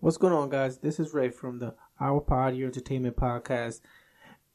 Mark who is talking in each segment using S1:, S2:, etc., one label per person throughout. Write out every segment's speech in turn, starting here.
S1: What's going on, guys? This is Ray from the Our Pod Your Entertainment Podcast,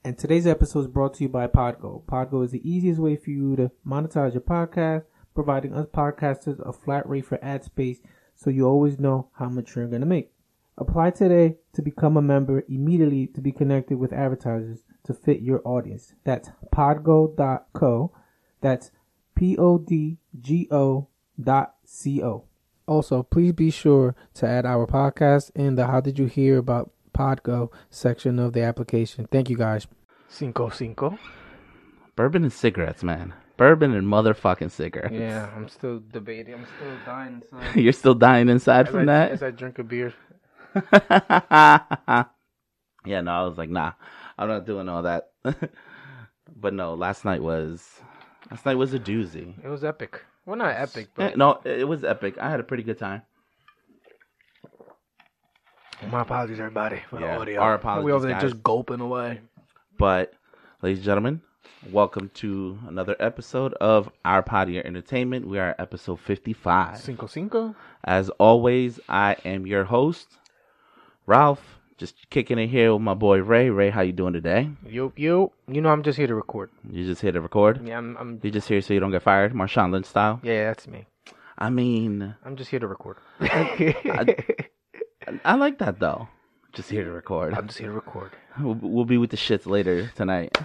S1: and today's episode is brought to you by Podgo. Podgo is the easiest way for you to monetize your podcast, providing us podcasters a flat rate for ad space, so you always know how much you're going to make. Apply today to become a member immediately to be connected with advertisers to fit your audience. That's podgo.co. That's P O D G O dot C O. Also, please be sure to add our podcast in the How Did You Hear About Podgo section of the application. Thank you guys. Cinco Cinco.
S2: Bourbon and cigarettes, man. Bourbon and motherfucking cigarettes.
S1: Yeah, I'm still debating. I'm still dying. So
S2: You're still dying inside from
S1: as I drink a beer.
S2: that. yeah, no, I was like, nah, I'm not doing all that. but no, last night was last night was a doozy.
S1: It was epic. Well, not epic,
S2: Eh,
S1: but
S2: No, it it was epic. I had a pretty good time.
S1: my apologies, everybody, for
S2: uh, Yeah,
S1: the audio.
S2: our apologies,
S1: We over there
S2: guys.
S1: just gulping away.
S2: But, ladies and gentlemen, welcome to another episode of Our Potty Entertainment. We are at episode 55.
S1: Cinco Cinco.
S2: As always, I am your host, Ralph. Just kicking it here with my boy Ray. Ray, how you doing today?
S1: Yo yo. You know I'm just here to record.
S2: You just here to record?
S1: Yeah, I'm. I'm
S2: You just here so you don't get fired, Marshawn Lynch style?
S1: yeah, that's me.
S2: I mean,
S1: I'm just here to record.
S2: I- I like that though. Just here to record.
S1: I'm just here to record.
S2: We'll, we'll be with the shits later tonight.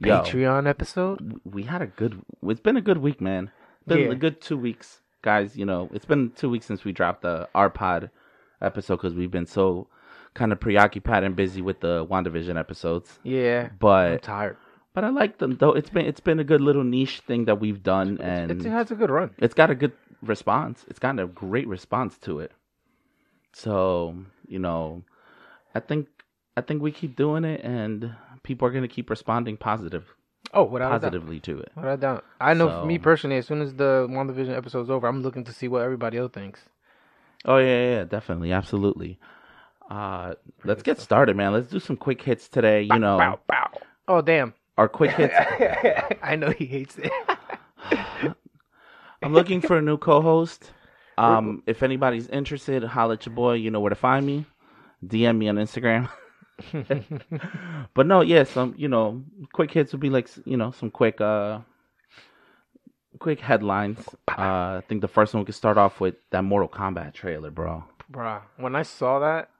S2: Yo,
S1: Patreon episode.
S2: we had a good. It's been a good week, man. It's been
S1: Yeah.
S2: a good two weeks, guys. You know, it's been two weeks since we dropped the our pod episode because we've been so kind of preoccupied and busy with the Wandavision episodes.
S1: Yeah. I'm
S2: But
S1: tired.
S2: but I like them though. It's been it's been a good little niche thing that we've done, and
S1: It has a good run.
S2: it's got a good response. It's gotten a great response to it. So you know, I think I think we keep doing it, and people are gonna keep responding positive
S1: Oh, without a doubt.
S2: positively to it.
S1: Without a doubt. I know for me
S2: So-
S1: personally, as soon as the WandaVision episode's over, I'm looking to see what everybody else thinks.
S2: Oh yeah, yeah, yeah, definitely, absolutely. Uh, let's get started, man. Let's do some quick hits today. You know,
S1: Bow, bow. Oh, damn.
S2: our quick hits.
S1: I know he hates it.
S2: I'm looking for a new co-host. Um, if anybody's interested, holla at your boy. You know where to find me. DM me on Instagram. but no, yeah, some you know, quick hits would be like you know some quick uh, quick headlines. Uh, I think the first one we could start off with that Mortal Kombat trailer, bro.
S1: Bruh, when I saw that,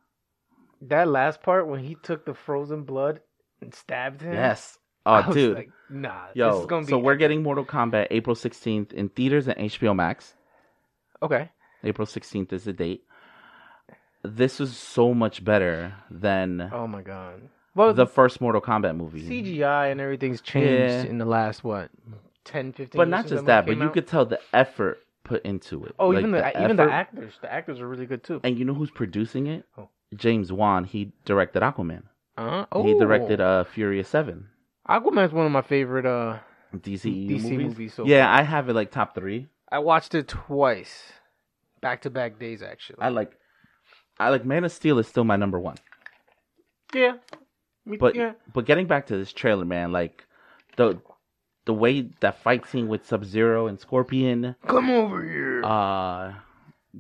S1: that last part when he took the frozen blood and stabbed him.
S2: Yes.
S1: I
S2: Oh,
S1: was
S2: dude.
S1: like, nah. this
S2: Yo,
S1: is gonna be
S2: so we're getting Mortal Kombat April 16th in theaters and HBO Max.
S1: okay.
S2: April 16th is the date. This is so much better than
S1: Oh my god. Well, the
S2: the first Mortal Kombat movie.
S1: CGI and everything's changed
S2: Yeah.
S1: in the last what 10, 15
S2: but
S1: years
S2: not
S1: since
S2: just
S1: movie
S2: that, but
S1: came
S2: you
S1: out?
S2: could tell the effort put into it.
S1: Oh,
S2: Like,
S1: even the, even the
S2: effort-
S1: actors, the actors are really good too.
S2: And you know who's producing it?
S1: Oh.
S2: James Wan. He directed Aquaman.
S1: Uh,
S2: He
S1: ooh.
S2: directed uh, Furious 7.
S1: Aquaman's one of my favorite. Uh,
S2: DC
S1: DC
S2: E movies.
S1: movies so
S2: yeah, I have it like top three.
S1: I watched it twice, back to back days actually.
S2: I like, I like Man of Steel is still my number one.
S1: yeah, Me-
S2: But
S1: yeah,
S2: but getting back to this trailer, man, like the the way that fight scene with Sub Zero and Scorpion,
S1: come over here.
S2: uh,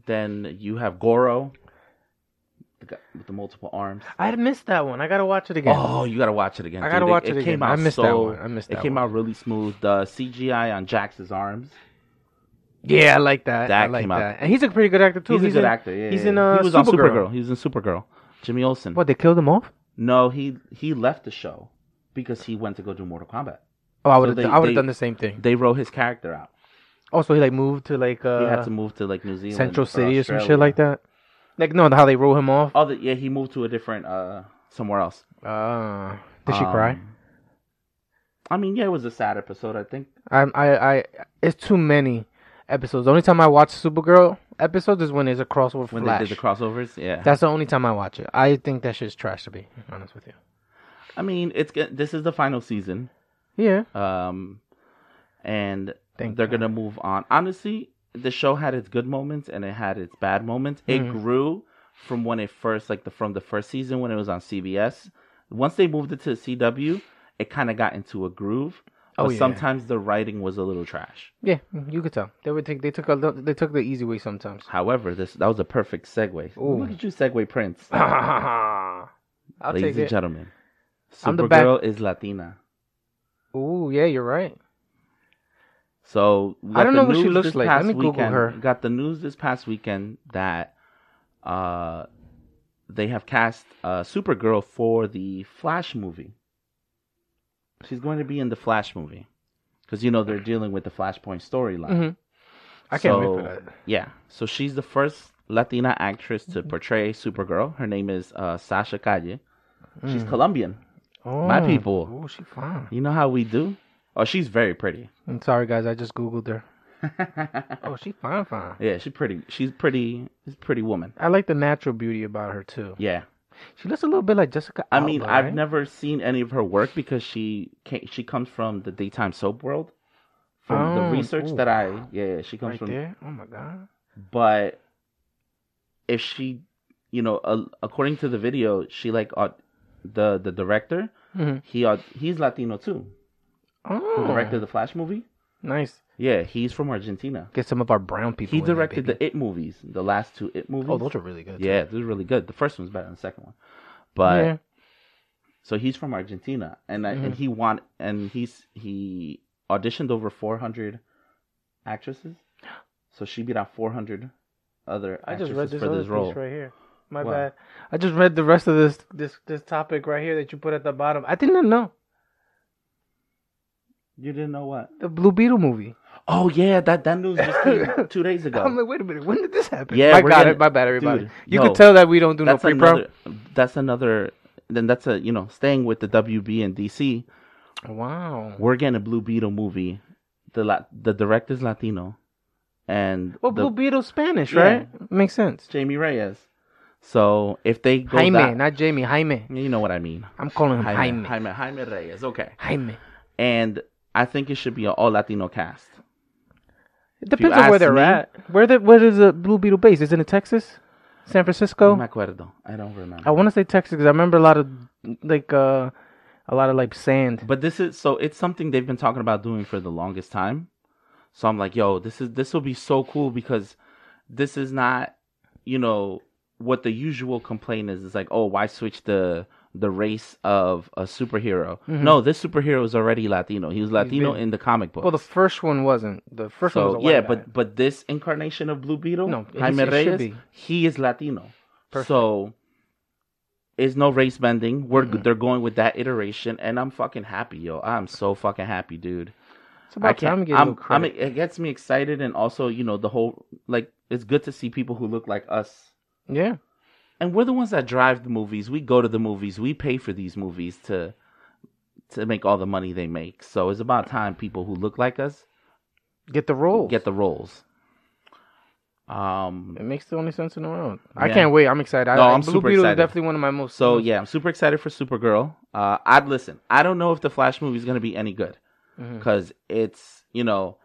S2: then you have Goro, the guy with the multiple arms.
S1: I had missed that one. I gotta watch it again.
S2: Oh, you gotta watch it again.
S1: I gotta
S2: dude.
S1: watch it, again. I missed that
S2: so-
S1: one. I missed that.
S2: It came
S1: one.
S2: out really smooth. The CGI on Jax's arms.
S1: Yeah, I like that. I
S2: That
S1: like
S2: came out-
S1: that. And he's a pretty good actor too.
S2: He's, a good
S1: in-
S2: actor. Yeah,
S1: he's
S2: yeah.
S1: in, uh,
S2: he was on
S1: Supergirl.
S2: Supergirl. He was in Supergirl. Jimmy Olsen.
S1: What they killed him off?
S2: No, he he left the show because he went to go do Mortal Kombat.
S1: Oh, I would
S2: they-
S1: have. I would
S2: they-
S1: have done the same thing.
S2: They wrote his character out.
S1: Also, he like moved to like
S2: He had
S1: uh
S2: to move to like New Zealand,
S1: Central
S2: or
S1: City or some shit
S2: Australia.
S1: like that. Like no, how they wrote him off.
S2: Oh, the, yeah, he moved to a different uh somewhere else.
S1: Uh, did she cry?
S2: Um, I mean, yeah, it was a sad episode. I think
S1: I'm, I, I, it's too many episodes. The only time I watch Supergirl episodes is when there's a crossover
S2: when
S1: flash.
S2: they did the crossovers. Yeah,
S1: That's the only time I watch it. I think that shit's trash to be honest with you.
S2: I mean, it's g- this is the final season,
S1: Yeah.
S2: um, and
S1: Thank
S2: they're
S1: God.
S2: gonna move on. Honestly, the show had its good moments and it had its bad moments. It
S3: Mm-hmm.
S1: Mhm.
S2: grew from when it first, like the from the first season when it was on CBS. Once they moved it to CW, it kind of got into a groove. But
S3: Oh, yeah.
S2: sometimes the writing was a little trash.
S3: Yeah, mm, you could tell they would take they took a lot- they took the easy way sometimes.
S2: However, this that was a perfect segue.
S3: Ooh.
S2: Look at you, segue prince.
S3: I'll
S2: Ladies
S3: take
S2: and
S3: it.
S2: gentlemen,
S3: I'm the back-
S2: Supergirl is Latina.
S3: Ooh, yeah, you're right.
S2: So
S3: I don't
S2: got the
S3: know what she
S2: news
S3: looks
S2: this
S3: like. Let
S2: past
S3: me Google
S2: weekend-
S3: her.
S2: Got the news this past weekend that uh, they have cast uh, Supergirl for the Flash movie. She's going to be in the Flash movie because you know they're dealing with the Flashpoint storyline.
S3: Mhm. I can't wait for
S2: So,
S3: that.
S2: Yeah, so she's the first Latina actress to portray Supergirl. Her name is uh, Sasha Calle. She's
S3: Mm.
S2: Colombian.
S3: Oh.
S2: My people.
S3: Ooh, she fine.
S2: You know how we do. Oh, she's very pretty.
S3: I'm sorry, guys. I just googled her. Oh, she fine, fine.
S2: Yeah, she's pretty. She's pretty. She's a pretty woman.
S3: I like the natural beauty about her too.
S2: Yeah,
S3: She looks a little bit like Jessica.
S2: I mean,
S3: Alba,
S2: I've
S3: right?
S2: never seen any of her work because she came, she comes from the daytime soap world. From
S3: Oh,
S2: the research
S3: ooh.
S2: that I yeah, yeah, she comes
S3: right
S2: from.
S3: there. Oh my god.
S2: But if she, you know, uh, according to the video, she like uh, the the director.
S3: Mhm.
S2: He uh, he's Latino too. The
S3: Oh,
S2: director of the Flash movie.
S3: nice.
S2: Yeah, he's from Argentina.
S3: Get some of our brown people.
S2: He
S3: in there,
S2: directed
S3: baby.
S2: the It movies, the last two It movies.
S3: Oh, those are really good.
S2: yeah, those are really good. The first one's better than the second one, but.
S3: Yeah.
S2: So he's from Argentina, and I,
S3: Mm-hmm.
S2: and he want and he's he auditioned over four hundred actresses, so she beat out four hundred other
S3: I just
S2: actresses
S3: read this
S2: for
S3: other
S2: this role.
S3: piece right here. My
S2: What?
S3: bad. I just read the rest of this this this topic right here that you put at the bottom. I didn't know
S2: You didn't know what?
S3: the Blue Beetle movie.
S2: Oh yeah, that that news just came two days ago.
S3: I'm like, wait a minute, when did this happen?
S2: Yeah,
S3: I
S2: we're
S3: got
S2: gonna-
S3: it. My bad, everybody.
S2: Dude,
S3: you
S2: no.
S3: can tell that we don't do
S2: that's
S3: no pre-pro.
S2: another. That's another. Then that's a you know staying with the WB and DC.
S3: Wow.
S2: We're getting a Blue Beetle movie. The la- the director's Latino, and
S3: Well,
S2: the-
S3: Blue Beetle Spanish,
S2: Yeah.
S3: right? Makes sense.
S2: Jaime Reyes. So if they go
S3: Jaime,
S2: that,
S3: not Jamie. Jaime.
S2: you know what I mean.
S3: I'm calling him Jaime.
S2: Jaime,
S3: Jaime.
S2: Jaime, Jaime Reyes. Okay, and I think it should be an all Latino cast.
S3: It depends
S2: you
S3: on where
S2: ask
S3: they're
S2: me-
S3: at. Where the where is the Blue Beetle base? Is it in Texas, San Francisco?
S2: No me acuerdo. I don't remember.
S3: I want to say Texas because I remember a lot of like uh a lot of like sand.
S2: but this is so it's something they've been talking about doing for the longest time. So I'm like, yo, this is this will be so cool because this is not, you know, what the usual complaint is. It's like, oh, why switch the the race of a superhero? No, this superhero is already Latino. He was Latino
S3: been-
S2: in the comic book.
S3: Well, the first one wasn't. The first one was
S2: So
S3: a white
S2: yeah,
S3: guy.
S2: but but this incarnation of Blue Beetle,
S3: No, it-
S2: Jaime
S3: it should
S2: Reyes,
S3: be.
S2: he is Latino.
S3: Perfect.
S2: So it's no race bending. We're they're going with that iteration, and I'm fucking happy, yo. I'm so fucking happy, dude.
S3: it's about
S2: I can't.
S3: time
S2: I'm,
S3: to get a little
S2: I'm,
S3: credit.
S2: It gets me excited, and also you know the whole like it's good to see people who look like us.
S3: yeah,
S2: And we're the ones that drive the movies. We go to the movies. We pay for these movies to to make all the money they make. So it's about time people who look like us
S3: get the role.
S2: get the roles. Um.
S3: it makes the only sense in the world. I
S2: Yeah.
S3: can't wait. I'm excited. I,
S2: No,
S3: I-
S2: I'm
S3: Blue
S2: super
S3: Beetle
S2: excited.
S3: is definitely one of my most.
S2: So yeah, I'm super excited for Supergirl. Uh, I'd listen. I don't know if the Flash movie is gonna be any good
S3: Mhm.
S2: because it's you know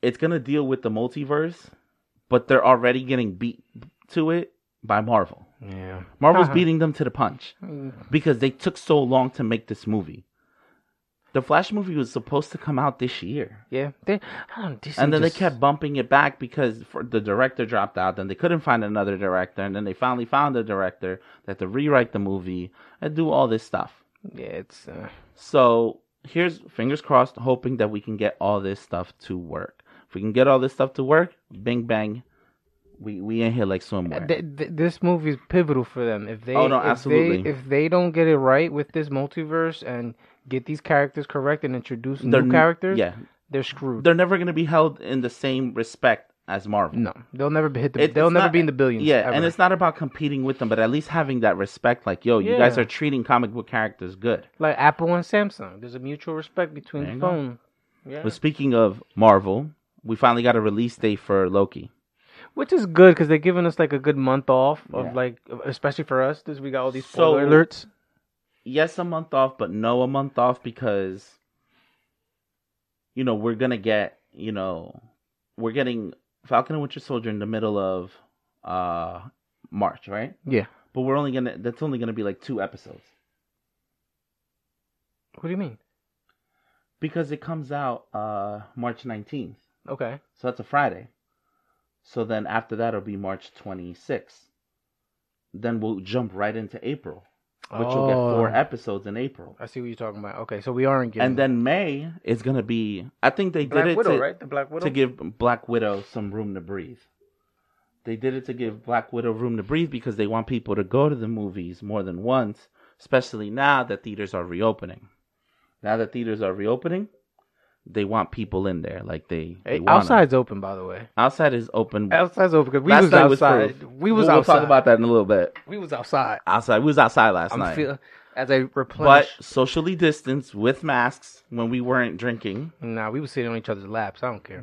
S2: it's gonna deal with the multiverse, but they're already getting beat to it by Marvel.
S3: yeah.
S2: Marvel's
S3: Uh-huh.
S2: beating them to the punch
S3: Mm,
S2: because they took so long to make this movie. The Flash movie was supposed to come out this year.
S3: Yeah, they, I don't, Disney
S2: and then
S3: just-
S2: they kept bumping it back because for, the director dropped out. Then they couldn't find another director, and then they finally found a director that to rewrite the movie and do all this stuff.
S3: Yeah, it's uh,
S2: So here's fingers crossed, hoping that we can get all this stuff to work. If we can get all this stuff to work, bing bang, we we in here like swimwear.
S3: th- th- this movie is pivotal for them. If they,
S2: Oh, no,
S3: if
S2: absolutely.
S3: They, if they don't get it right with this multiverse and get these characters correct and introduce
S2: They're
S3: new
S2: n-
S3: characters,
S2: yeah,
S3: they're screwed.
S2: they're never gonna be held in the same respect as Marvel.
S3: no, they'll never be hit the.
S2: It-
S3: they'll
S2: it's
S3: never
S2: not-
S3: be in the billions.
S2: Yeah,
S3: ever.
S2: and it's not about competing with them, but at least having that respect. Like, yo, you guys
S3: Yeah.
S2: are treating comic book characters good.
S3: like Apple and Samsung. There's a mutual respect between
S2: There
S3: the
S2: you go.
S3: phone. Yeah.
S2: But speaking of Marvel, we finally got a release date for Loki.
S3: Which is good because they're giving us like a good month off of
S2: Yeah.
S3: like, especially for us, because we got all these
S2: So-
S3: spoiler alerts.
S2: Yes, a month off, but no, a month off because, you know, we're going to get, you know, we're getting Falcon and Winter Soldier in the middle of uh March, right?
S3: Yeah.
S2: But we're only going to, that's only going to be like two episodes.
S3: What do you mean?
S2: because it comes out uh March 19th.
S3: Okay.
S2: So that's a Friday. So then after that it'll be March 26th. Then we'll jump right into April, which will get
S3: Oh,
S2: four episodes in April.
S3: I see what you're talking about. Okay, so we aren't getting
S2: And then May is going to be I think they
S3: Black
S2: did it
S3: Widow,
S2: to,
S3: right? The Black Widow.
S2: to give Black Widow some room to breathe. They did it to give Black Widow room to breathe because they want people to go to the movies more than once, especially now that theaters are reopening. Now that theaters are reopening, they want people in there. Like they,
S3: Hey,
S2: they want 'em.
S3: outside's open, by the way.
S2: outside is open.
S3: Outside's open because we
S2: Last
S3: was
S2: night was
S3: outside.
S2: proof.
S3: we was
S2: we'll,
S3: outside.
S2: We'll talk about that in a little bit.
S3: we was outside.
S2: Outside, we was outside last
S3: I'm
S2: night,
S3: feel as I replenish.
S2: but socially distanced with masks when we weren't drinking.
S3: Nah, we was sitting on each other's laps. I don't care.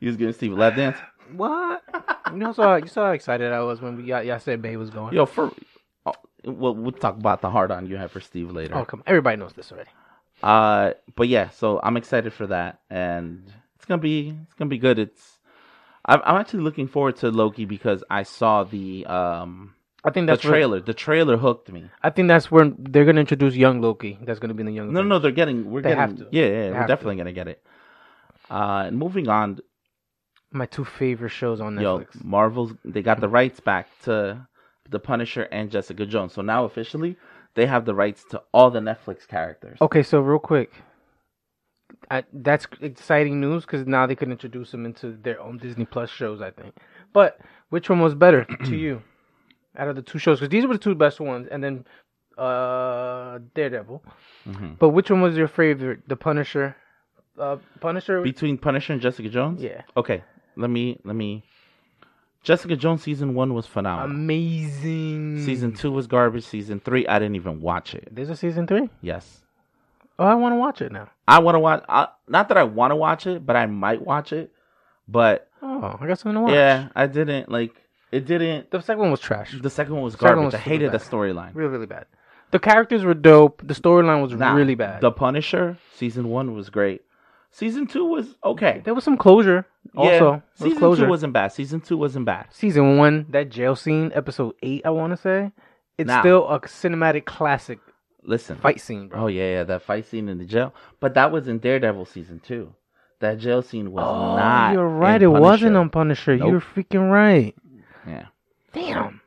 S2: You was getting Steve a lap dance.
S3: What? you know, saw you saw how excited I was when we y'all, y'all said Bay was going.
S2: Yo, for oh, we'll, we'll talk about the hard on you had for Steve later.
S3: Oh come! on. Everybody knows this already.
S2: Uh, but yeah, so I'm excited for that, and it's gonna be it's gonna be good. It's I'm, I'm actually looking forward to Loki because I saw the um
S3: I think
S2: the
S3: that's where,
S2: trailer. The trailer hooked me.
S3: I think that's when they're gonna introduce young Loki. That's gonna be in the young.
S2: No, no, they're getting we're
S3: They have
S2: getting
S3: to.
S2: yeah, yeah,
S3: They
S2: we're
S3: have
S2: definitely gonna get it. Uh, and moving on,
S3: My two favorite shows on
S2: yo,
S3: Netflix.
S2: Marvel's they got the rights back to the Punisher and Jessica Jones. So now officially they have the rights to all the Netflix characters.
S3: Okay, so real quick, I, that's exciting news because now they could introduce them into their own Disney Plus shows. I think. But which one was better to you, out of the two shows? Because these were the two best ones, and then uh Daredevil.
S2: Mhm.
S3: But which one was your favorite? The Punisher. Uh, Punisher.
S2: Between Punisher and Jessica Jones,
S3: yeah.
S2: Okay, let me let me. Jessica Jones season one was
S3: Um,
S2: phenomenal.
S3: Amazing.
S2: season two was garbage. Season three, I didn't even watch it.
S3: There's a season three.
S2: Yes,
S3: Oh, I want to watch it now.
S2: I want to watch. I, not that I want to watch it, but I might watch it. But
S3: Oh, I got something to watch.
S2: yeah, I didn't like. It didn't.
S3: The second one was trash.
S2: The second one was
S3: Second
S2: garbage.
S3: one's
S2: I hated the
S3: super bad.
S2: storyline.
S3: Really, really bad. The characters were dope. The storyline was
S2: Nah,
S3: really bad.
S2: The Punisher season one was great. Season two was okay.
S3: there was some closure. Also,
S2: yeah,
S3: There was
S2: season
S3: closure.
S2: two wasn't bad. Season two wasn't bad.
S3: season one. That jail scene, episode eight. I want to say it's
S2: Nah.
S3: still a cinematic classic
S2: Listen,
S3: fight scene, bro.
S2: Oh yeah, yeah, that fight scene in the jail. But that was in Daredevil season two. That jail scene was
S3: Oh,
S2: not.
S3: you're
S2: in
S3: right. It wasn't
S2: Punisher.
S3: on Punisher.
S2: Nope.
S3: You're freaking right.
S2: Yeah.
S3: Damn.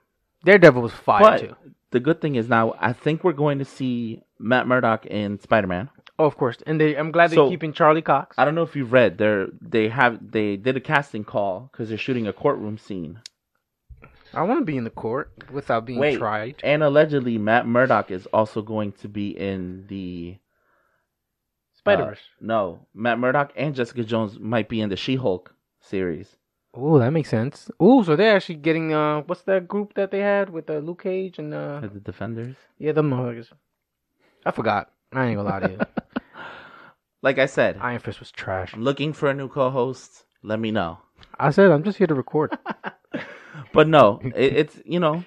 S3: Daredevil was fire
S2: But
S3: too.
S2: the good thing is now I think we're going to see Matt Murdock in Spider Man.
S3: Oh, of course. And they, I'm glad they're
S2: So-
S3: keeping Charlie Cox.
S2: I don't know if you read they're they have they did a casting call because they're shooting a courtroom scene
S3: I want to be in the court without being
S2: Wait. Uh,
S3: tried.
S2: and allegedly Matt Murdock is also going to be in the uh,
S3: Spider Verse.
S2: no Matt Murdock and Jessica Jones might be in the She Hulk series.
S3: Ooh, that makes sense. Ooh, so they're actually getting uh, what's that group that they had with uh, Luke Cage and uh,
S2: The Defenders.
S3: yeah, them motherfuckers. I forgot. I ain't gonna lie to you.
S2: Like I said,
S3: Iron Fist was trash.
S2: I'm looking for a new co-host. Let me know.
S3: I said I'm just here to record.
S2: But no, it, it's you know,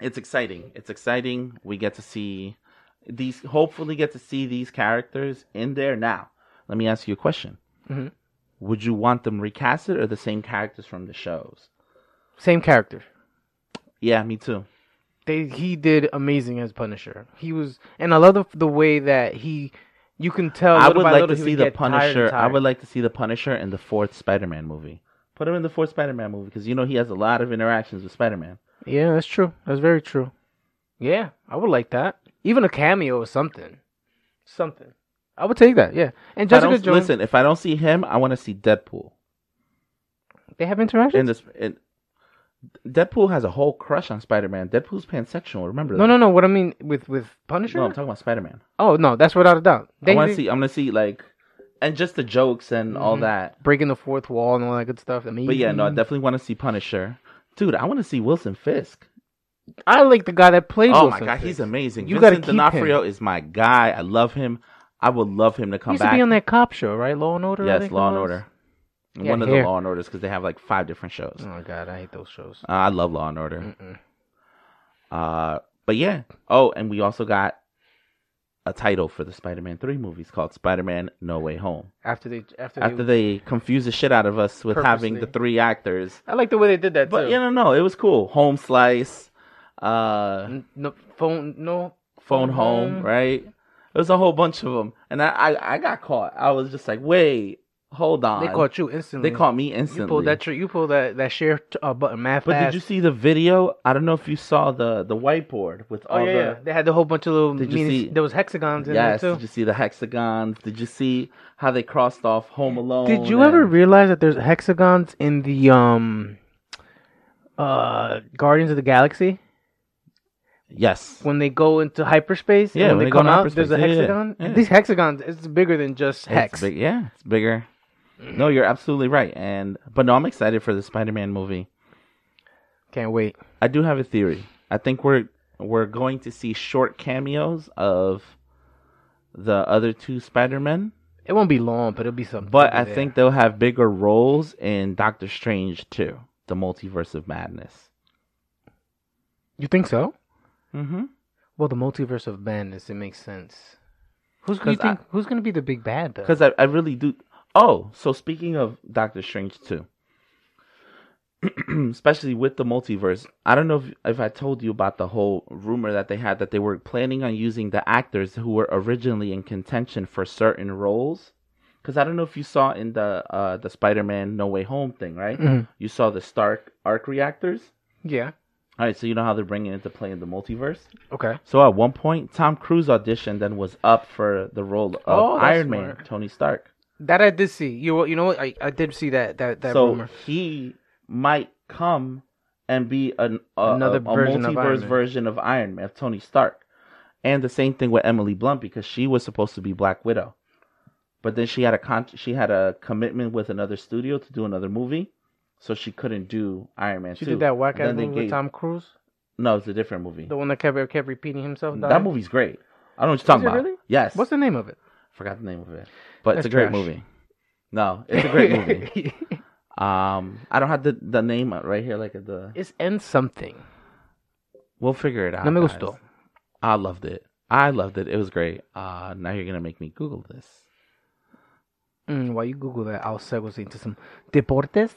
S2: it's exciting. It's exciting. We get to see these. Hopefully, get to see these characters in there now. Let me ask you a question.
S3: Mhm.
S2: Would you want them recasted or the same characters from the shows?
S3: Same character.
S2: Yeah, me too.
S3: They he did amazing as Punisher. He was, and I love the, the way that he. You can tell.
S2: I
S3: little
S2: would
S3: by
S2: like
S3: little
S2: to
S3: he
S2: see
S3: would
S2: the
S3: get tired and
S2: Punisher. I
S3: tired.
S2: would like to see the Punisher in the fourth Spider-Man movie. Put him in the fourth Spider-Man movie because you know he has a lot of interactions with Spider-Man.
S3: Yeah, that's true. That's very true. Yeah, I would like that. Even a cameo or something. Something. I would take that. Yeah. And
S2: If I
S3: Jessica
S2: don't,
S3: Jones.
S2: listen, if I don't see him, I want to see Deadpool.
S3: they have interactions.
S2: in this in, Deadpool has a whole crush on Spider Man. Deadpool's pansexual. Remember
S3: no,
S2: that?
S3: no, no. What I mean with with Punisher.
S2: No, I'm talking about Spider Man.
S3: oh no, that's without a doubt.
S2: I
S3: They,
S2: want
S3: they-
S2: to see. I'm gonna see like, and just the jokes and all
S3: Mhm.
S2: that.
S3: breaking the fourth wall and all that good stuff. I mean,
S2: But yeah, no, I definitely want to see Punisher. Dude, I want to see Wilson Fisk.
S3: I like the guy that played.
S2: oh
S3: Wilson
S2: my god,
S3: Fisk.
S2: he's amazing.
S3: You gotta
S2: Vincent
S3: keep
S2: D'Onofrio is my guy. I love him. I would love him to
S3: He
S2: come
S3: used
S2: back.
S3: to be on that cop show, right? Law and Order. I
S2: yes,
S3: think it
S2: Law and
S3: was?
S2: Order.
S3: Yeah,
S2: One of
S3: here.
S2: the Law and Orders because they have like five different shows.
S3: Oh my god, I hate those shows.
S2: Uh, I love Law and Order.
S3: Mm-mm.
S2: Uh, but yeah. Oh, and we also got a title for the Spider-Man three movies called Spider-Man No Way Home.
S3: After they, after,
S2: After
S3: they,
S2: they confuse the shit out of us with having the
S3: Purposely.
S2: three actors,
S3: I like the way they did that
S2: but
S3: too.
S2: you know, no, it was cool. Home slice, uh,
S3: N- no phone, no
S2: phone home, right? It was a whole bunch of them, and I, I, I got caught. I was just like, wait, hold on.
S3: They caught you instantly.
S2: They caught me instantly.
S3: You pulled that. tr- You pulled that that share t- uh, button math.
S2: But
S3: fast.
S2: did you see the video? I don't know if you saw the the whiteboard with
S3: Oh
S2: all
S3: yeah, yeah,
S2: the.
S3: they had the whole bunch of little.
S2: Did you
S3: meanings-
S2: see-
S3: There was hexagons in
S2: Yes.
S3: there
S2: Did
S3: too.
S2: you see the hexagons? Did you see how they crossed off Home Alone?
S3: Did you ever
S2: and-
S3: realize that there's hexagons in the um uh Guardians of the Galaxy
S2: Yes.
S3: when they go into hyperspace? and
S2: Yeah,
S3: when,
S2: when
S3: they
S2: they go
S3: come
S2: into
S3: out, there's a
S2: hyperspace, yeah, yeah,
S3: hexagon.
S2: yeah.
S3: These hexagons, it's bigger than just hex.
S2: It's big, yeah, it's bigger. No, you're absolutely right. And but no, I'm excited for the Spider-Man movie.
S3: Can't wait.
S2: I do have a theory. I think we're we're going to see short cameos of the other two Spider-Men,
S3: It won't be long, but it'll be something.
S2: but
S3: to
S2: I
S3: there.
S2: think they'll have bigger roles in Doctor Strange too, the Multiverse of Madness.
S3: you think so.
S2: Mm-hmm.
S3: Well, the multiverse of madness, it makes sense. Who's who you
S2: 'Cause I-
S3: think, who's gonna be the big bad though?
S2: Because I, I really do. Oh, so speaking of Doctor Strange too, especially with the multiverse, I don't know if, if I told you about the whole rumor that they had that they were planning on using the actors who were originally in contention for certain roles. Because I don't know if you saw in the uh, the Spider Man No Way Home thing, right?
S3: Mhm.
S2: You saw the Stark arc reactors.
S3: Yeah.
S2: All right, so you know how they're bringing into play in the multiverse.
S3: Okay.
S2: So at one point, Tom Cruise auditioned and was up for the role of
S3: Oh, that's
S2: Iron Man,
S3: smart.
S2: Tony Stark.
S3: That I did see. You you know what? I, I did see that that that
S2: so
S3: rumor.
S2: he might come and be an, a,
S3: Another
S2: a, a
S3: version of Iron
S2: multiverse
S3: Man.
S2: version of Iron Man, of Tony Stark. And the same thing with Emily Blunt because she was supposed to be Black Widow, but then she had a con- she had a commitment with another studio to do another movie, so she couldn't do Iron Man.
S3: She
S2: 2.
S3: did that whack ass
S2: Then they
S3: movie with
S2: gave-
S3: Tom Cruise,
S2: No, it's a different movie.
S3: the one that kept kept repeating himself.
S2: That
S3: dying.
S2: movie's great. I don't know what you're talking
S3: it
S2: about.
S3: really?
S2: Yes,
S3: What's the name of it?
S2: forgot the name of it, but
S3: That's
S2: it's a great
S3: trash.
S2: movie. No, it's a great movie. Um, I don't have the, the name right here, like the.
S3: it's N something.
S2: We'll figure it out.
S3: No me
S2: guys.
S3: gustó.
S2: I loved it. I loved it. It was great. Uh, now you're gonna make me Google this.
S3: Mm, while you Google that, I'll segue into some deportes.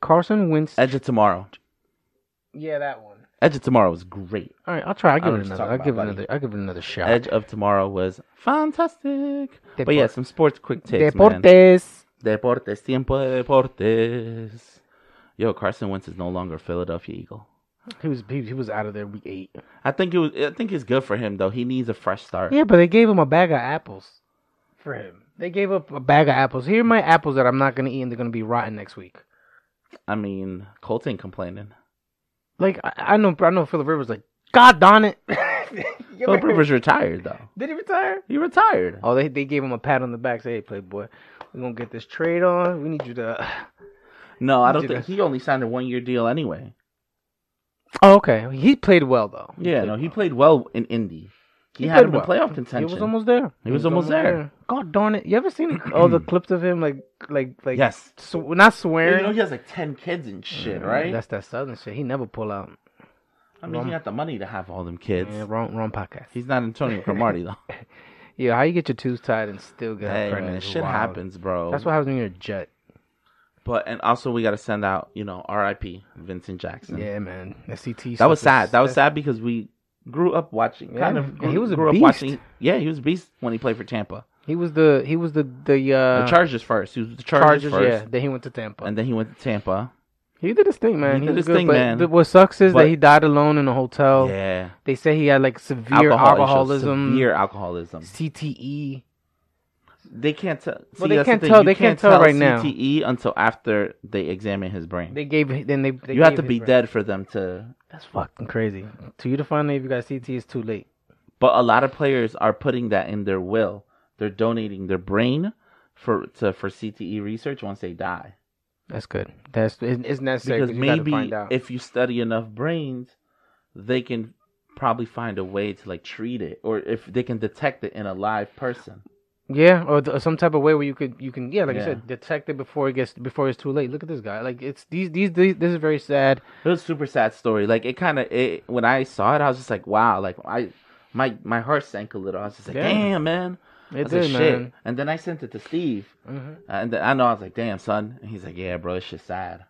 S3: Carson Wentz.
S2: Edge of Tomorrow.
S3: yeah, that one.
S2: Edge of Tomorrow was great.
S3: All right, I'll try. I'll
S2: I
S3: give
S2: don't
S3: it
S2: know
S3: another. I'll
S2: what
S3: give
S2: you're
S3: it another.
S2: talking
S3: I'll give it another shot.
S2: Edge of Tomorrow was fantastic.
S3: Depor-
S2: But yeah, some sports quick takes, man.
S3: deportes.
S2: Deportes, tiempo de deportes. Yo, Carson Wentz is no longer Philadelphia Eagle.
S3: He was he, he was out of there week eight.
S2: I think it was. I think it's good for him though. He needs a fresh start.
S3: Yeah, but they gave him a bag of apples for him. They gave up a bag of apples. Here are my apples that I'm not gonna eat, and they're gonna be rotten next week.
S2: I mean, Colton complaining.
S3: Like I, I know, I know. Philip Rivers like, God darn it.
S2: Philip Rivers retired though.
S3: Did he retire?
S2: He retired.
S3: Oh, they they gave him a pat on the back. Say, hey, playboy, we're gonna get this trade on. We need you to.
S2: No, I don't
S3: Did
S2: think he only signed a one year deal anyway.
S3: Oh, okay. He played well though.
S2: Yeah, no, he played well in Indy. He,
S3: He
S2: had him
S3: played
S2: in
S3: well.
S2: playoff contention.
S3: He was almost there.
S2: He was almost there.
S3: God darn it! You ever seen all the clips of him like like like?
S2: yes. Mm,
S3: Sw- not
S2: And,
S3: swearing.
S2: you know, he has like 10 kids and shit, right?
S3: That's that southern shit. He never pull out.
S2: I mean, he got the money to have all them kids.
S3: Yeah, wrong wrong podcast.
S2: He's not Antonio Cromartie, though.
S3: Yeah, how you get your tubes tied and still get
S2: hey,
S3: pregnant?
S2: man,
S3: is
S2: shit
S3: wild.
S2: happens, bro.
S3: That's what happens when you're a jet.
S2: But, and also, we got to send out, you know, RIP, Vincent Jackson.
S3: Yeah, man. SCT.
S2: That was sad. That was sad because we grew up watching,
S3: Yeah,
S2: kind
S3: and
S2: of. Grew,
S3: he was a
S2: grew
S3: beast.
S2: up watching. Yeah, he was a beast when he played for Tampa.
S3: He was the he was the the uh
S2: the Chargers first. He was the
S3: Chargers.
S2: Chargers, first.
S3: Yeah, then he went to Tampa.
S2: And then he went to Tampa.
S3: He did his thing, man.
S2: He
S3: He,
S2: did
S3: was
S2: his
S3: good,
S2: thing,
S3: but
S2: man.
S3: th- what sucks is that
S2: But-
S3: he died alone in a hotel.
S2: Yeah.
S3: They say he had like severe
S2: Alcohol issues,
S3: alcoholism, E.
S2: Severe Oh, alcoholism.
S3: CTE.
S2: They can't tell.
S3: Well, they
S2: that's the
S3: can't
S2: thing.
S3: tell-
S2: You
S3: they can't tell right now.
S2: CTE E until after they examine his brain.
S3: They gave then they. they
S2: you have
S3: gave
S2: to
S3: him-
S2: be dead for them to.
S3: That's fucking crazy. To you to find out if you got CTE is too late.
S2: But a lot of players are putting that in their will. They're donating their brain for to for CTE research once they die.
S3: That's good. That's it- it's necessary
S2: Because
S3: because
S2: maybe
S3: you gotta find out.
S2: if you study enough brains, they can probably find a way to like treat it, or if they can detect it in a live person.
S3: yeah, or, th- or some type of way where you could you can yeah, like I
S2: Yeah.
S3: said, detect it before it gets before it's too late. Look at this guy. Like it's these these, these this is very sad.
S2: It was a super sad story. Like it kind of it when I saw it, I was just like, wow. Like I my my heart sank a little. I was just like,
S3: Yeah.
S2: damn, man. I
S3: It
S2: was like,
S3: did,
S2: shit.
S3: man.
S2: And then I sent it to Steve,
S3: Mhm.
S2: and then I know I was like, damn, son. And he's like, yeah, bro, it's shit sad.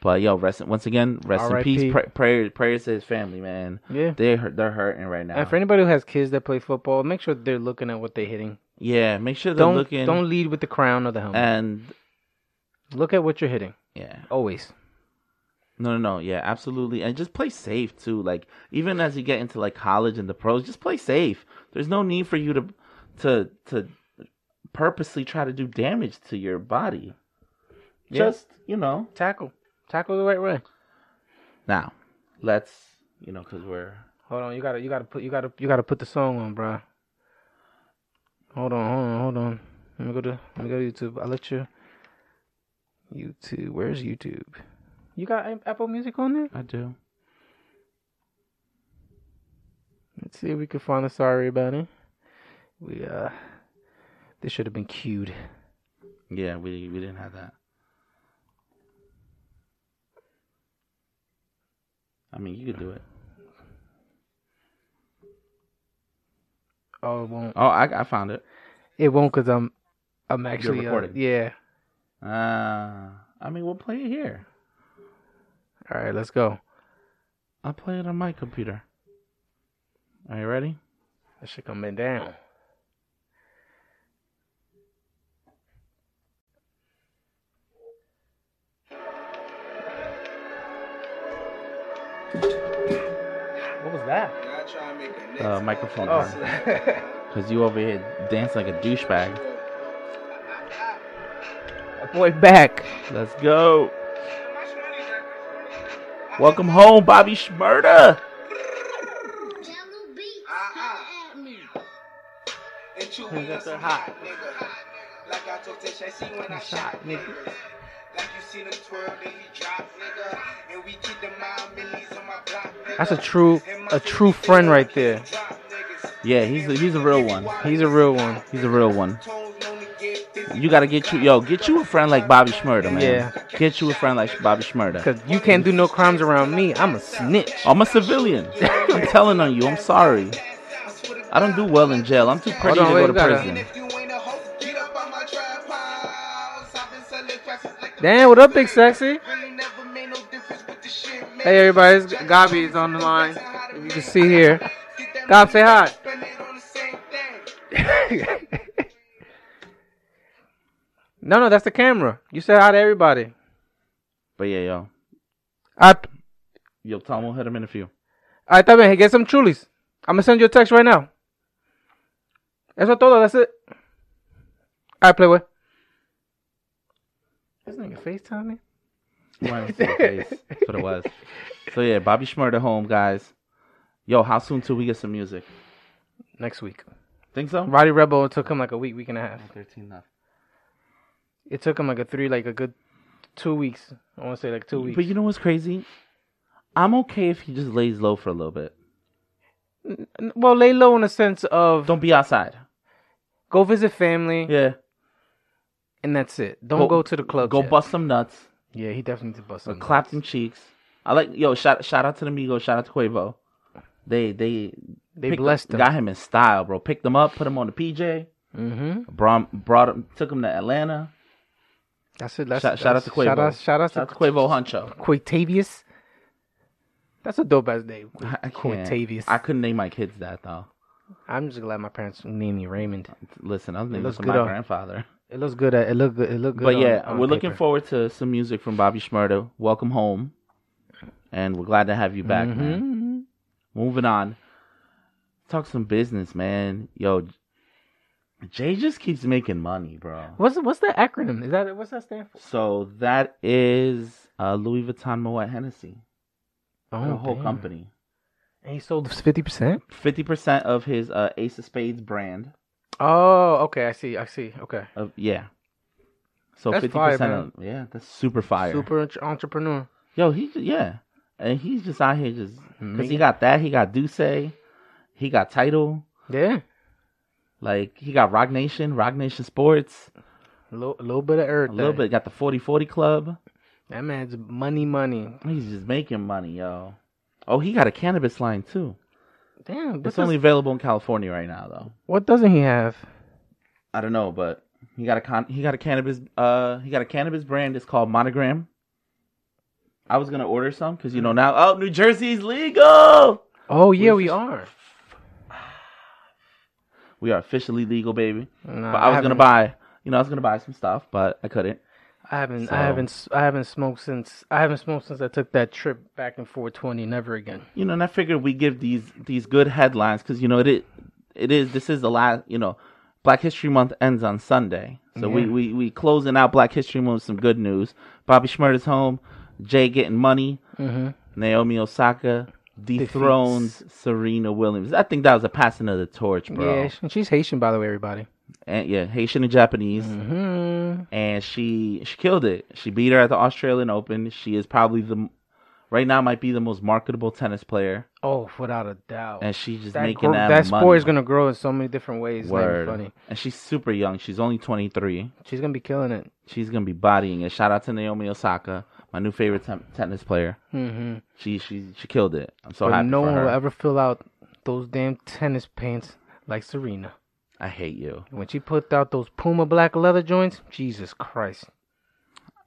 S2: But yo, rest in- once again, rest in
S3: R.I.P..
S2: peace. Pra- prayer, prayers to his family, man.
S3: Yeah.
S2: They're hurt- they're hurting right now.
S3: And for anybody who has kids that play football, make sure they're looking at what they're hitting.
S2: yeah, make sure they're
S3: Don't
S2: looking. Uh,
S3: don't lead with the crown or the helmet.
S2: and
S3: Look at what you're hitting
S2: yeah,
S3: always.
S2: no, no, no, yeah, absolutely. And just play safe too. Like even as you get into like college and the pros, just play safe. There's no need for you to to to purposely try to do damage to your body.
S3: Yeah.
S2: Just you know.
S3: Tackle, tackle the right way.
S2: Now, let's you know because we're
S3: Hold on, you gotta you gotta put you gotta you gotta put the song on, bro. Hold on, hold on, hold on. Let me go to let me go to YouTube. I let you. YouTube, where's YouTube? You got um, Apple Music on there?
S2: I do.
S3: Let's see if we can find a sorry about it. We uh, this should have been cued.
S2: Yeah, we we didn't have that. I mean, you could do it.
S3: Oh, it won't.
S2: Oh, I, I found it.
S3: It won't because I'm I'm actually uh,
S2: recording.
S3: yeah.
S2: Uh, I mean, we'll play it here.
S3: All right, let's go.
S2: I'll play it on my computer. Are you ready?
S3: That shit coming down. What was that?
S2: Uh, microphone on.
S3: Oh,
S2: Because you over here dance like a douchebag.
S3: boy, back.
S2: Let's go. Welcome home, Bobby Schmurda.
S4: Jello beats,
S5: Uh-uh.
S4: holla at me.
S5: And two wheels
S2: they're
S5: are
S2: hot.
S5: hot, nigga. Like I told Tish, I see when I shot, niggas. Like you seen him twirl and he drop, nigga. And we keep the mind millies on my block, nigga.
S3: That's a true,
S5: And my
S3: a true
S5: city
S3: friend
S5: nigga,
S3: right there.
S5: drop, niggas.
S2: Yeah, he's a, he's a real one.
S3: He's a real one.
S2: He's a real one.
S5: Tones known to get busy.
S2: You gotta get you yo, get you a friend like Bobby Schmurda, man.
S3: Yeah.
S2: Get you a friend like Bobby Schmurda.
S3: Cause you can't do no crimes around me. I'm a snitch.
S2: I'm a civilian. I'm telling on you. I'm sorry. I don't do well in jail. I'm too pretty
S3: Hold on,
S2: to
S3: wait,
S2: go to
S3: we gotta-
S2: prison.
S5: If you ain't a hoe, get up on my trap house. I've been selling tracks since like the
S3: Damn, what up, Big Sexy?
S5: Really never made no difference with the shit, man.
S3: Hey everybody, it's Gabi is on the line. If you can see here, Gob, say hi.
S5: Spend it on the same thing.
S3: No, no, that's the camera. You said hi to everybody.
S2: But yeah, yo.
S3: I,
S2: Yo, Tom will hit him in a few.
S3: I thought, man, get some chulis. I'm gonna send you a text right now. Eso todo. That's it. All right, Playboy. This nigga FaceTime me.
S2: He wanted to see the face. That's what it was. So yeah, Bobby Schmurda home, guys. Yo, how soon till we get some music?
S3: Next week.
S2: Think so?
S3: Roddy Rebel it took him like a week, week and a half.
S2: Thirteen left.
S3: It took him like a three, like a good two weeks. I want to say like two weeks.
S2: But you know what's crazy? I'm okay if he just lays low for a little bit.
S3: N- well, lay low in a sense of
S2: Don't be outside.
S3: go visit family,
S2: Yeah.
S3: and that's it. Don't go, to the club.
S2: Go
S3: yet.
S2: bust some nuts.
S3: Yeah, he definitely needs to bust.
S2: Or
S3: some
S2: clap
S3: nuts.
S2: them cheeks. I like yo shout shout out to the Migos, shout out to Quavo. They they
S3: They
S2: picked
S3: blessed
S2: them-
S3: him.
S2: got him in style, bro. Picked him up, put him on the PJ,
S3: Mm-hmm.
S2: brought brought him, took him to Atlanta.
S3: That's it. That's,
S2: Shout- shout out to Quavo.
S3: Shout out, shout out
S2: Shout out to
S3: to
S2: Quavo Huncho.
S3: Quatavius. That's a dope ass name.
S2: I, I can't.
S3: Quatavius.
S2: I couldn't name my kids that though.
S3: I'm just glad my parents named me Raymond.
S2: Listen, I was named
S3: looks
S2: after
S3: good
S2: my
S3: on-
S2: grandfather.
S3: It looks good. At, it look good. It look good.
S2: But
S3: on-
S2: yeah,
S3: on
S2: we're looking
S3: paper.
S2: forward to some music from Bobby Schmurda. Welcome home, and we're glad to have you back, man.
S3: Mhm.
S2: Moving on, talk some business, man. Yo, Jay just keeps making money, bro.
S3: What's what's that acronym? Is that what's that stand for?
S2: So that is uh, Louis Vuitton Moet Hennessy, the whole
S3: Oh, damn.
S2: company.
S3: And he sold fifty percent.
S2: Fifty percent of his uh, Ace of Spades brand.
S3: Oh, okay. I see. I see. Okay.
S2: Of yeah. So
S3: That's
S2: fifty
S3: fire,
S2: percent of yeah, that's super fire.
S3: Super entre- entrepreneur.
S2: Yo, he j- yeah, and he's just out here just because he
S3: Making-
S2: got that, he got Duce, he got title,
S3: Yeah.
S2: like he got Rock Nation, Rock Nation Sports,
S3: A little, little bit of
S2: a
S3: earth.
S2: little
S3: there.
S2: bit got the forty forty club.
S3: That man's money, money.
S2: He's just making money, yo. Oh, he got a cannabis line too.
S3: Damn. What,
S2: It's
S3: does,
S2: only available in California right now, though.
S3: what doesn't he have?
S2: I don't know, but he got a con- he got a cannabis uh he got a cannabis brand. It's called Monogram. I was gonna order some because you know now oh New Jersey's legal.
S3: Oh yeah,
S2: We're
S3: we
S2: just-
S3: are.
S2: We are officially legal, baby.
S3: Nah,
S2: But I was gonna
S3: haven't-
S2: buy, you know, I was gonna buy some stuff, but I couldn't.
S3: I haven't.
S2: so-
S3: I haven't. s- I haven't smoked since. I haven't smoked since I took that trip back in 420. Never again.
S2: You know, and I figured we give these these good headlines because you know it is, it is. This is the last. You know, Black History Month ends on Sunday, so we,
S3: Yeah.
S2: we we closing out Black History Month with some good news. Bobby Schmurt is home. Jay getting money.
S3: Mm-hmm.
S2: Naomi Osaka dethrones Serena Williams. I think that was a passing of the torch, bro.
S3: Yeah, sh- she's Haitian, by the way, everybody.
S2: and yeah, Haitian and Japanese,
S3: Mm-hmm.
S2: and she she killed it. She beat her at the Australian Open. She is probably the right now might be the most marketable tennis player,
S3: Oh, without a doubt.
S2: and she just
S3: that
S2: making
S3: gro-
S2: that,
S3: that
S2: money.
S3: sport is gonna grow in so many different ways. It's not even
S2: Word.
S3: funny.
S2: And she's super young. She's only twenty three.
S3: She's gonna be killing it.
S2: She's gonna be bodying it. Shout out to Naomi Osaka, my new favorite ten- tennis player.
S3: Mm-hmm.
S2: She she she killed it. I'm so
S3: but
S2: happy
S3: no
S2: for
S3: one
S2: her.
S3: will ever fill out those damn tennis pants like Serena.
S2: I hate you.
S3: When she put out those Puma black leather joints, Jesus Christ!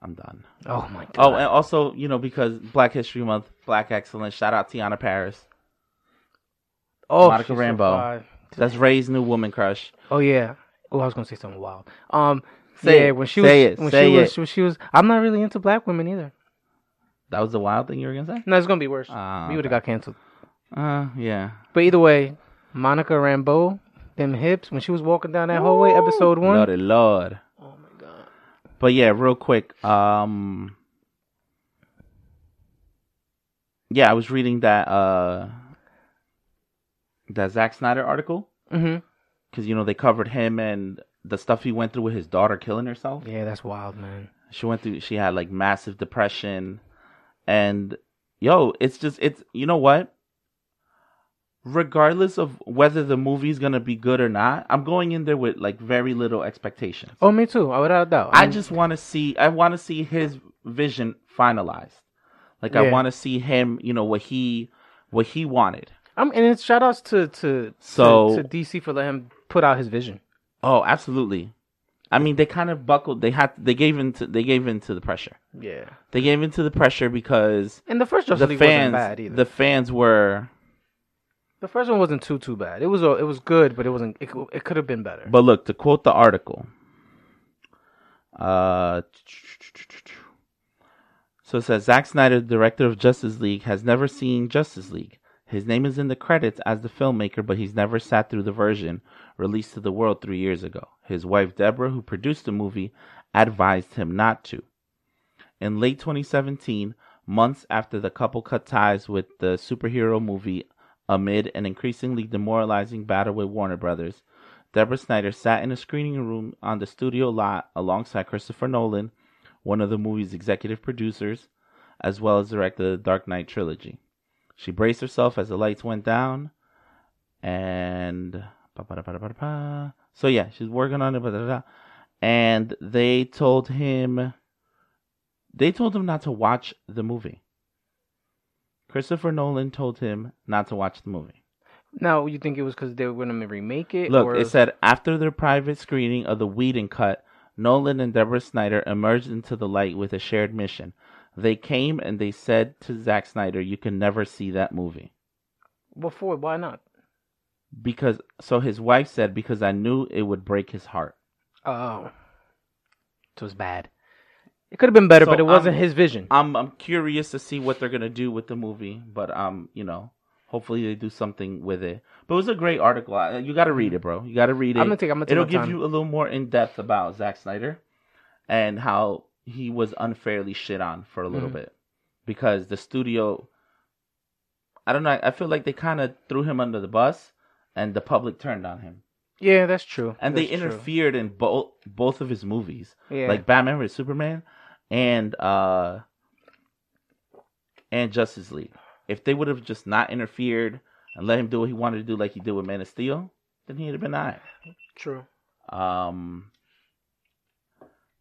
S2: I'm done.
S3: Oh my
S2: Oh,
S3: God!
S2: and also, you know, because Black History Month, Black Excellence. Shout out Tiana Paris.
S3: oh, she
S2: Monica Rambeau.
S3: survived.
S2: That's Ray's new woman crush.
S3: Oh yeah. Oh, I was gonna say something wild. Um,
S2: Say
S3: yeah,
S2: it.
S3: when she
S2: Say
S3: was
S2: it.
S3: when
S2: Say
S3: she
S2: it.
S3: was when she was. I'm not really into black women either.
S2: That was the wild thing you were gonna say.
S3: No, it's gonna be worse.
S2: Ah,
S3: we would have got canceled.
S2: Uh, yeah.
S3: But either way, Monica Rambeau, them hips when she was walking down that hallway, episode one.
S2: Lord, Lord.
S3: Oh my God!
S2: But yeah, real quick. Um. Yeah, I was reading that uh that Zack Snyder article
S3: Mm-hmm.
S2: because you know they covered him and the stuff he went through with his daughter killing herself.
S3: Yeah, that's wild, man.
S2: she went through she had like massive depression and yo it's just it's you know what regardless of whether the movie's gonna be good or not i'm going in there with like very little expectations
S3: Oh, me too. I without a doubt.
S2: i
S3: mean,
S2: just want to see i want to see his vision finalized like i
S3: Yeah.
S2: want to see him you know what he what he wanted
S3: I'm and it's shout outs to to
S2: So-
S3: to, to DC for letting him put out his vision.
S2: oh absolutely i mean they kind of buckled they had they gave into they gave into the pressure
S3: Yeah.
S2: they gave into the pressure because
S3: And the first Justice
S2: the
S3: League wasn't
S2: fans
S3: bad either.
S2: the fans were
S3: The first one wasn't too too bad. It was uh, it was good, but it wasn't. It, cou- it could have been better.
S2: But look, to quote the article, uh, so it says Zack Snyder, director of Justice League, has never seen Justice League. His name is in the credits as the filmmaker, but he's never sat through the version released to the world three years ago. His wife, Deborah, who produced the movie, advised him not to. In late 2017, months after the couple cut ties with the superhero movie amid an increasingly demoralizing battle with Warner Brothers, Deborah Snyder sat in a screening room on the studio lot alongside Christopher Nolan, one of the movie's executive producers, as well as director of the Dark Knight trilogy. She braced herself as the lights went down, and ba-ba-da-ba-da-ba-da-ba. so yeah, she's working on it. ba-da-da-da. And they told him, they told him not to watch the movie. Christopher Nolan told him not to watch the movie.
S3: now you think it was because they were gonna remake it?
S2: Look,
S3: or
S2: it said after their private screening of the Whedon cut, Nolan and Deborah Snyder emerged into the light with a shared mission. They came and they said to Zack Snyder, "You can never see that movie."
S3: before. Why not?
S2: Because so his wife said, "Because I knew it would break his heart."
S3: Oh, so it's bad. It could have been better,
S2: So
S3: but it wasn't
S2: I'm-
S3: his vision.
S2: I'm I'm curious to see what they're gonna do with the movie, but um, you know, hopefully they do something with it. But it was a great article. I- You got to read it, bro. You got to read it.
S3: I'm gonna take- I'm gonna take
S2: It'll
S3: my
S2: give
S3: time.
S2: you a little more in depth about Zack Snyder and how he was unfairly shit on for a
S3: Mm-hmm.
S2: little bit because the studio. I don't know. I feel like they kind of threw him under the bus, and the public turned on him,
S3: yeah, that's true.
S2: and they
S3: That's true.
S2: interfered in both both of his movies
S3: Yeah.
S2: like Batman vs Superman and uh and Justice League. If they would have just not interfered and let him do what he wanted to do, like he did with Man of Steel, then he'd have been all
S3: true.
S2: right. Um,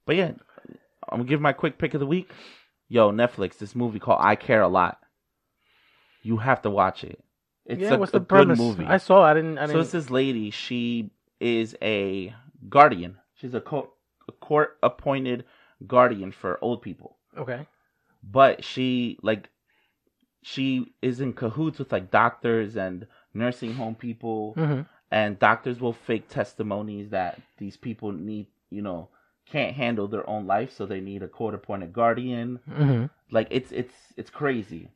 S2: but yeah, I'm gonna give my quick pick of the week. Yo, Netflix, this movie called I Care a Lot. You have to watch it. It's
S3: yeah,
S2: a,
S3: what's the
S2: a good
S3: premise?
S2: movie.
S3: I saw. I didn't. I
S2: So it's
S3: didn't.
S2: this lady. She is a guardian. She's a, co- a court appointed guardian for old people.
S3: okay.
S2: but she like she is in cahoots with like doctors and nursing home people
S3: Mhm.
S2: and doctors will fake testimonies that these people need you know can't handle their own life so they need a court appointed guardian
S3: Mhm.
S2: like it's it's it's crazy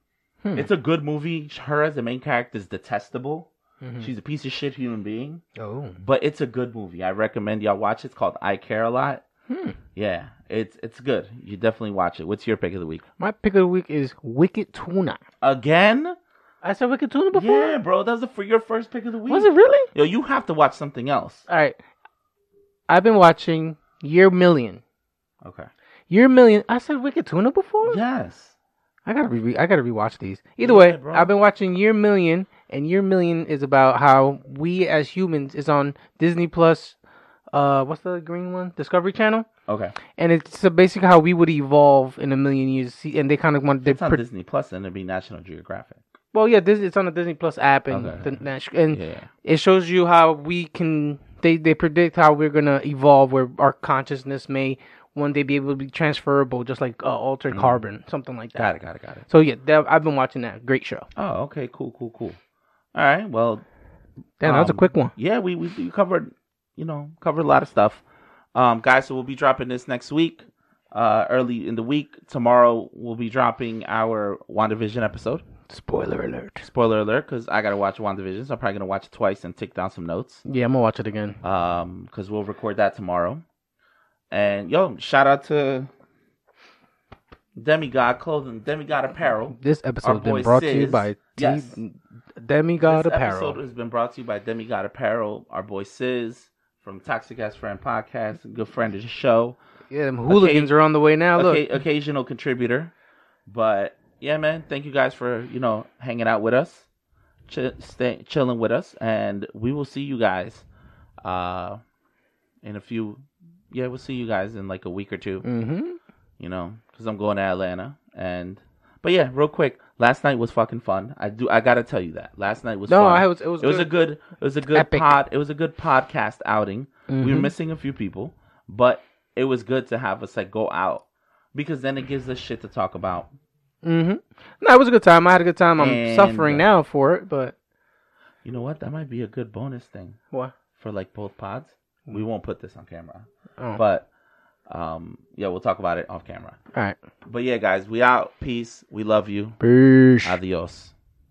S3: Hmm.
S2: it's a good movie her as the main character is detestable
S3: Mhm.
S2: she's a piece of shit human being
S3: Oh.
S2: but it's a good movie i recommend y'all watch it it's called i care a lot
S3: Hmm.
S2: yeah it's it's good you definitely watch it what's your pick of the week
S3: My pick of the week is Wicked Tuna.
S2: again
S3: I said Wicked Tuna before.
S2: yeah bro that was the, for your first pick of the week
S3: Was it really?
S2: yo you have to watch something else
S3: All right. I've been watching Year Million.
S2: okay
S3: Year Million. I said Wicked Tuna before.
S2: yes
S3: I gotta re I gotta rewatch these. Either
S2: Yeah,
S3: way,
S2: bro.
S3: I've been watching Year Million, and Year Million is about how we as humans is on Disney Plus. Uh, what's the green one? Discovery Channel,
S2: okay
S3: and it's so basically how we would evolve in a million years. See, and they kind of want they
S2: it's on
S3: pre-
S2: disney plus and it'd be national geographic
S3: well, yeah, this it's on the Disney Plus app, and
S2: Okay.
S3: the Nash- and
S2: yeah
S3: it shows you how we can they they predict how we're gonna evolve where our consciousness may one day be able to be transferable just like uh, altered carbon something like that
S2: Mm-hmm. got it got it got it
S3: so yeah that, i've been watching that great show
S2: oh okay cool cool cool all right well
S3: damn that was a
S2: Um,
S3: quick one
S2: yeah, we, we we covered, you know, covered a lot of stuff. Um, guys, so we'll be dropping this next week, uh, early in the week. Tomorrow we'll be dropping our WandaVision episode.
S3: spoiler alert
S2: Spoiler alert, because I gotta watch WandaVision, so I'm probably gonna watch it twice and take down some notes.
S3: yeah i'm gonna watch it again
S2: Um, because we'll record that tomorrow. And yo, shout out to Demigod Clothing, Demigod Apparel.
S3: this
S2: Our
S3: episode has
S2: boy
S3: been brought to you
S2: Sis.
S3: by T-
S2: Yes.
S3: demigod
S2: this
S3: apparel
S2: episode has been brought to you by Demigod Apparel, our boy Sis from Toxic Ass Friend Podcast, good friend of the show,
S3: yeah them hooligans are on the way now look
S2: Occa- occasional contributor. But yeah, man, thank you guys for you know hanging out with us, ch- stay, chilling with us, and we will see you guys uh in a few. Yeah, we'll see you guys in like a week or two
S3: mm-hmm.
S2: you know, because I'm going to Atlanta. And but yeah, real quick, last night was fucking fun. I do, I gotta tell you that last night was
S3: No,
S2: fun.
S3: I was- it was
S2: it was a
S3: good.
S2: good, it was a good
S3: Epic. Mm-hmm.
S2: pod, it was a good podcast outing. We were missing a few people, but it was good to have us like go out because then it gives us shit to talk about.
S3: Mm-hmm. no it was a good time i had a good time i'm
S2: And,
S3: suffering
S2: uh,
S3: now for it but
S2: You know what? That might be a good bonus thing
S3: what
S2: for like both pods. We won't put this on camera,
S3: Oh.
S2: but um, yeah, we'll talk about it off camera.
S3: all right
S2: But yeah, guys, we out. Peace. We love you.
S3: peace
S2: Adios.